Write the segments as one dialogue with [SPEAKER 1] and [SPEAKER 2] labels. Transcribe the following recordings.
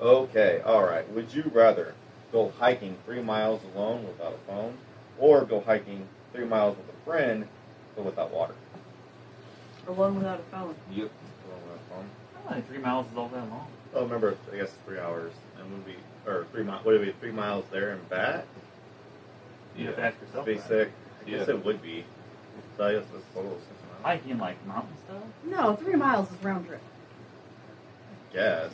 [SPEAKER 1] Okay, all right. Would you rather go hiking three miles alone without a phone, or go hiking three miles with a friend but without water?
[SPEAKER 2] Alone without a phone.
[SPEAKER 1] Yep. Alone without a phone.
[SPEAKER 3] I don't think three miles is all that long.
[SPEAKER 1] Oh, remember, I guess three hours, and would be or three miles. Would it be three miles there and back?
[SPEAKER 3] You have to ask yourself.
[SPEAKER 1] Be
[SPEAKER 3] that.
[SPEAKER 1] sick. I guess
[SPEAKER 4] Yeah.
[SPEAKER 1] it would be. So I guess it's total six miles.
[SPEAKER 3] Hiking like mountain stuff.
[SPEAKER 2] No, three miles is round trip.
[SPEAKER 1] I guess.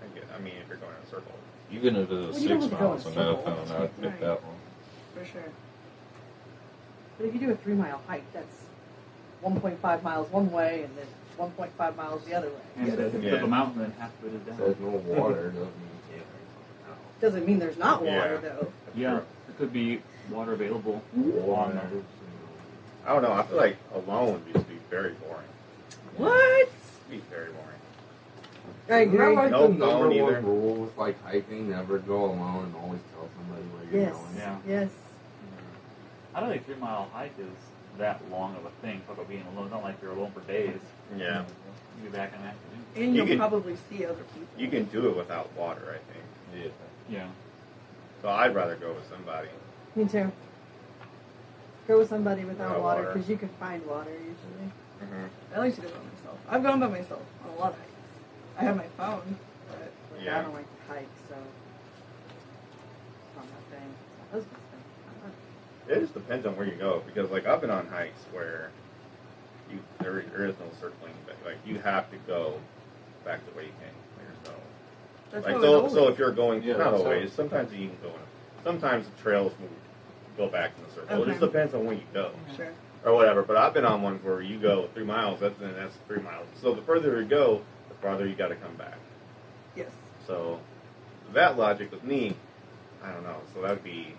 [SPEAKER 1] I, get, I mean, if you're going in a circle.
[SPEAKER 4] Even if it
[SPEAKER 2] Well,
[SPEAKER 4] was
[SPEAKER 2] you don't
[SPEAKER 4] six
[SPEAKER 2] have to go
[SPEAKER 4] miles
[SPEAKER 2] in
[SPEAKER 4] and no
[SPEAKER 2] circles.
[SPEAKER 4] phone, I would
[SPEAKER 2] Right.
[SPEAKER 4] pick that one.
[SPEAKER 2] For sure. But if you do a three mile hike, that's 1.5 miles one way and then 1.5 miles the other way.
[SPEAKER 3] And so if it's
[SPEAKER 1] Yeah.
[SPEAKER 3] up a mountain, then half of it is down.
[SPEAKER 5] Says no water doesn't mean you
[SPEAKER 2] Doesn't mean there's not water,
[SPEAKER 1] Yeah.
[SPEAKER 2] though.
[SPEAKER 3] yeah, it could be water available.
[SPEAKER 5] can't drink
[SPEAKER 3] Water.
[SPEAKER 5] water.
[SPEAKER 1] I don't know. I feel like alone would just be very boring.
[SPEAKER 2] What?
[SPEAKER 1] It'd be very boring.
[SPEAKER 2] I
[SPEAKER 5] Isn't that
[SPEAKER 2] agree.
[SPEAKER 5] like
[SPEAKER 1] No
[SPEAKER 5] the number
[SPEAKER 1] phone either.
[SPEAKER 5] one rule with like hiking? Never go alone and always tell somebody where you're
[SPEAKER 2] Yes.
[SPEAKER 5] going.
[SPEAKER 3] Yeah.
[SPEAKER 2] Yes.
[SPEAKER 3] I don't think three mile hike is that long of a thing. Talk about being alone. Not like you're alone for days.
[SPEAKER 1] Yeah.
[SPEAKER 3] You'll be back in the afternoon.
[SPEAKER 2] And
[SPEAKER 1] You
[SPEAKER 2] you'll
[SPEAKER 1] can-
[SPEAKER 2] probably see other people.
[SPEAKER 1] You can do it without water, I think.
[SPEAKER 4] Yeah.
[SPEAKER 3] Yeah.
[SPEAKER 1] So I'd rather go with somebody.
[SPEAKER 2] Me too. Go with somebody without
[SPEAKER 1] Without
[SPEAKER 2] water
[SPEAKER 1] water.
[SPEAKER 2] because you can find water usually.
[SPEAKER 1] Mm-hmm.
[SPEAKER 2] I like to go by myself. I've gone by myself on a lot of hikes. I have my phone, but like,
[SPEAKER 1] Yeah.
[SPEAKER 2] I don't like to hike, so it's not my thing. It's my husband's thing. not mine.
[SPEAKER 1] It just depends on where you go because, like, I've been on hikes where you there, there is no circling, but like you have to go back the way you came. There's no
[SPEAKER 2] That's
[SPEAKER 1] like
[SPEAKER 2] how
[SPEAKER 1] so.
[SPEAKER 2] it
[SPEAKER 1] So if you're going,
[SPEAKER 4] Yeah,
[SPEAKER 1] not
[SPEAKER 4] that's how-
[SPEAKER 1] always. Sometimes you can go. In, sometimes the trails move, go back in the circle. It just
[SPEAKER 2] Okay.
[SPEAKER 1] depends on where you go
[SPEAKER 2] always- Sure.
[SPEAKER 1] or whatever. But I've been on ones where you go three miles, that's and that's three miles. So the further you go, the farther you got to come back.
[SPEAKER 2] Yes.
[SPEAKER 1] So that logic with me, I don't know. So that'd be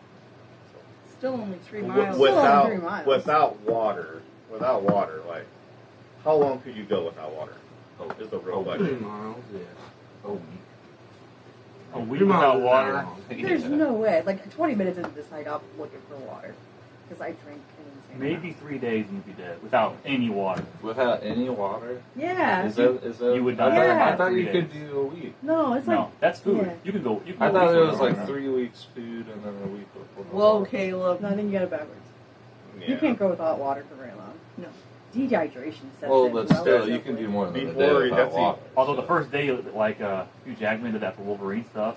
[SPEAKER 2] Still only three
[SPEAKER 1] Wi-
[SPEAKER 2] miles. Still only
[SPEAKER 1] without
[SPEAKER 2] three miles.
[SPEAKER 1] without water, without water, like how long could you go without water?
[SPEAKER 4] Oh,
[SPEAKER 1] Is the real
[SPEAKER 5] Three
[SPEAKER 1] question.
[SPEAKER 5] miles, yeah. A week.
[SPEAKER 3] A week
[SPEAKER 5] Three miles
[SPEAKER 3] without
[SPEAKER 5] is not
[SPEAKER 3] water.
[SPEAKER 5] long.
[SPEAKER 2] There's no way. Like 20 minutes into this hike, I'm looking for water because I drink an insane.
[SPEAKER 3] Maybe three days and you'd be dead without any water.
[SPEAKER 4] Without any water,
[SPEAKER 2] amount. Yeah.
[SPEAKER 4] is that is that?
[SPEAKER 3] You would
[SPEAKER 4] I
[SPEAKER 3] die
[SPEAKER 4] thought,
[SPEAKER 2] Yeah.
[SPEAKER 4] I thought you
[SPEAKER 3] three
[SPEAKER 4] could
[SPEAKER 3] days.
[SPEAKER 4] do a week.
[SPEAKER 2] No, it's
[SPEAKER 3] no,
[SPEAKER 2] like.
[SPEAKER 3] that's food.
[SPEAKER 2] yeah.
[SPEAKER 3] You can go. You can
[SPEAKER 4] I
[SPEAKER 3] go
[SPEAKER 4] thought
[SPEAKER 3] weeks
[SPEAKER 4] it was
[SPEAKER 3] without
[SPEAKER 4] like
[SPEAKER 3] water.
[SPEAKER 4] three weeks food and then a week before.
[SPEAKER 6] Whoa, Caleb.
[SPEAKER 2] No, I think you got it backwards.
[SPEAKER 1] Yeah.
[SPEAKER 2] You can't go without water for very long. No. Dehydration sets
[SPEAKER 4] Well,
[SPEAKER 2] in.
[SPEAKER 4] Oh, but
[SPEAKER 2] well
[SPEAKER 4] still,
[SPEAKER 2] over.
[SPEAKER 4] you can do more than a
[SPEAKER 1] Before,
[SPEAKER 4] day without
[SPEAKER 1] that's the-
[SPEAKER 4] water.
[SPEAKER 3] Although the first day, like uh, Hugh Jackman did that for Wolverine stuff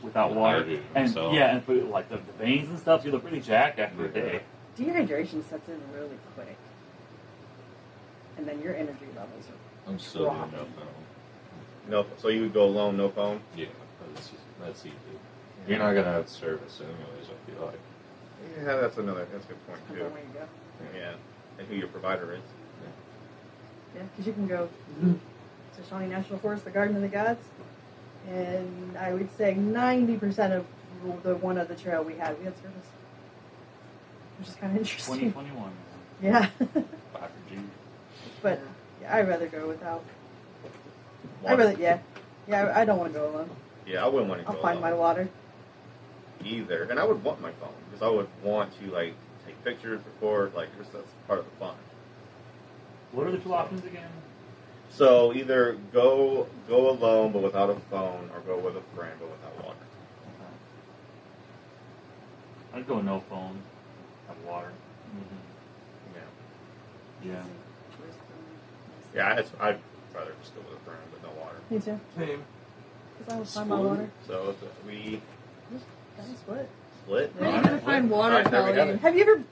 [SPEAKER 3] without water, and yeah, and put, like the, the veins and stuff, you look really jacked after a day.
[SPEAKER 2] Dehydration sets in really quick. And then your energy levels are.
[SPEAKER 4] I'm still doing no phone.
[SPEAKER 1] No, so you would go alone, no phone.
[SPEAKER 4] Yeah, that's, that's easy. You're not gonna have service anyways. I feel like.
[SPEAKER 1] Yeah, that's another. That's a good point
[SPEAKER 2] Depends
[SPEAKER 1] too.
[SPEAKER 2] on where you go.
[SPEAKER 1] Yeah, and who your provider is.
[SPEAKER 2] Yeah, because you can go to Shawnee National Forest, the Garden of the Gods, and I would say 90% of the one of the trail we had, we had service. Which is kind of
[SPEAKER 3] Twenty
[SPEAKER 2] interesting.
[SPEAKER 3] twenty one.
[SPEAKER 2] Yeah.
[SPEAKER 3] Dr. G.
[SPEAKER 2] but yeah, I'd rather go without.
[SPEAKER 1] Water.
[SPEAKER 2] I'd rather, yeah. Yeah, I, I don't want to go alone.
[SPEAKER 1] Yeah, I wouldn't want to
[SPEAKER 2] I'll
[SPEAKER 1] go
[SPEAKER 3] uh,
[SPEAKER 2] find my
[SPEAKER 1] alone
[SPEAKER 2] water.
[SPEAKER 1] either, and I would want my phone because I would want to like take pictures, record. Like, just- that's part of the fun.
[SPEAKER 3] What are the two options again?
[SPEAKER 1] So either go go alone but without a phone, or go with a friend but without water.
[SPEAKER 3] I'd go no phone, have water.
[SPEAKER 1] Yeah,
[SPEAKER 3] Yeah.
[SPEAKER 1] yeah. I'd, I'd rather just go with a friend with no water.
[SPEAKER 2] Me too.
[SPEAKER 5] Same.
[SPEAKER 2] Because I will find my water.
[SPEAKER 1] So if we
[SPEAKER 2] That's what.
[SPEAKER 1] split.
[SPEAKER 6] Where are you going to find water,
[SPEAKER 1] Alright, there we have
[SPEAKER 6] Kelly?
[SPEAKER 1] it.
[SPEAKER 2] Have you ever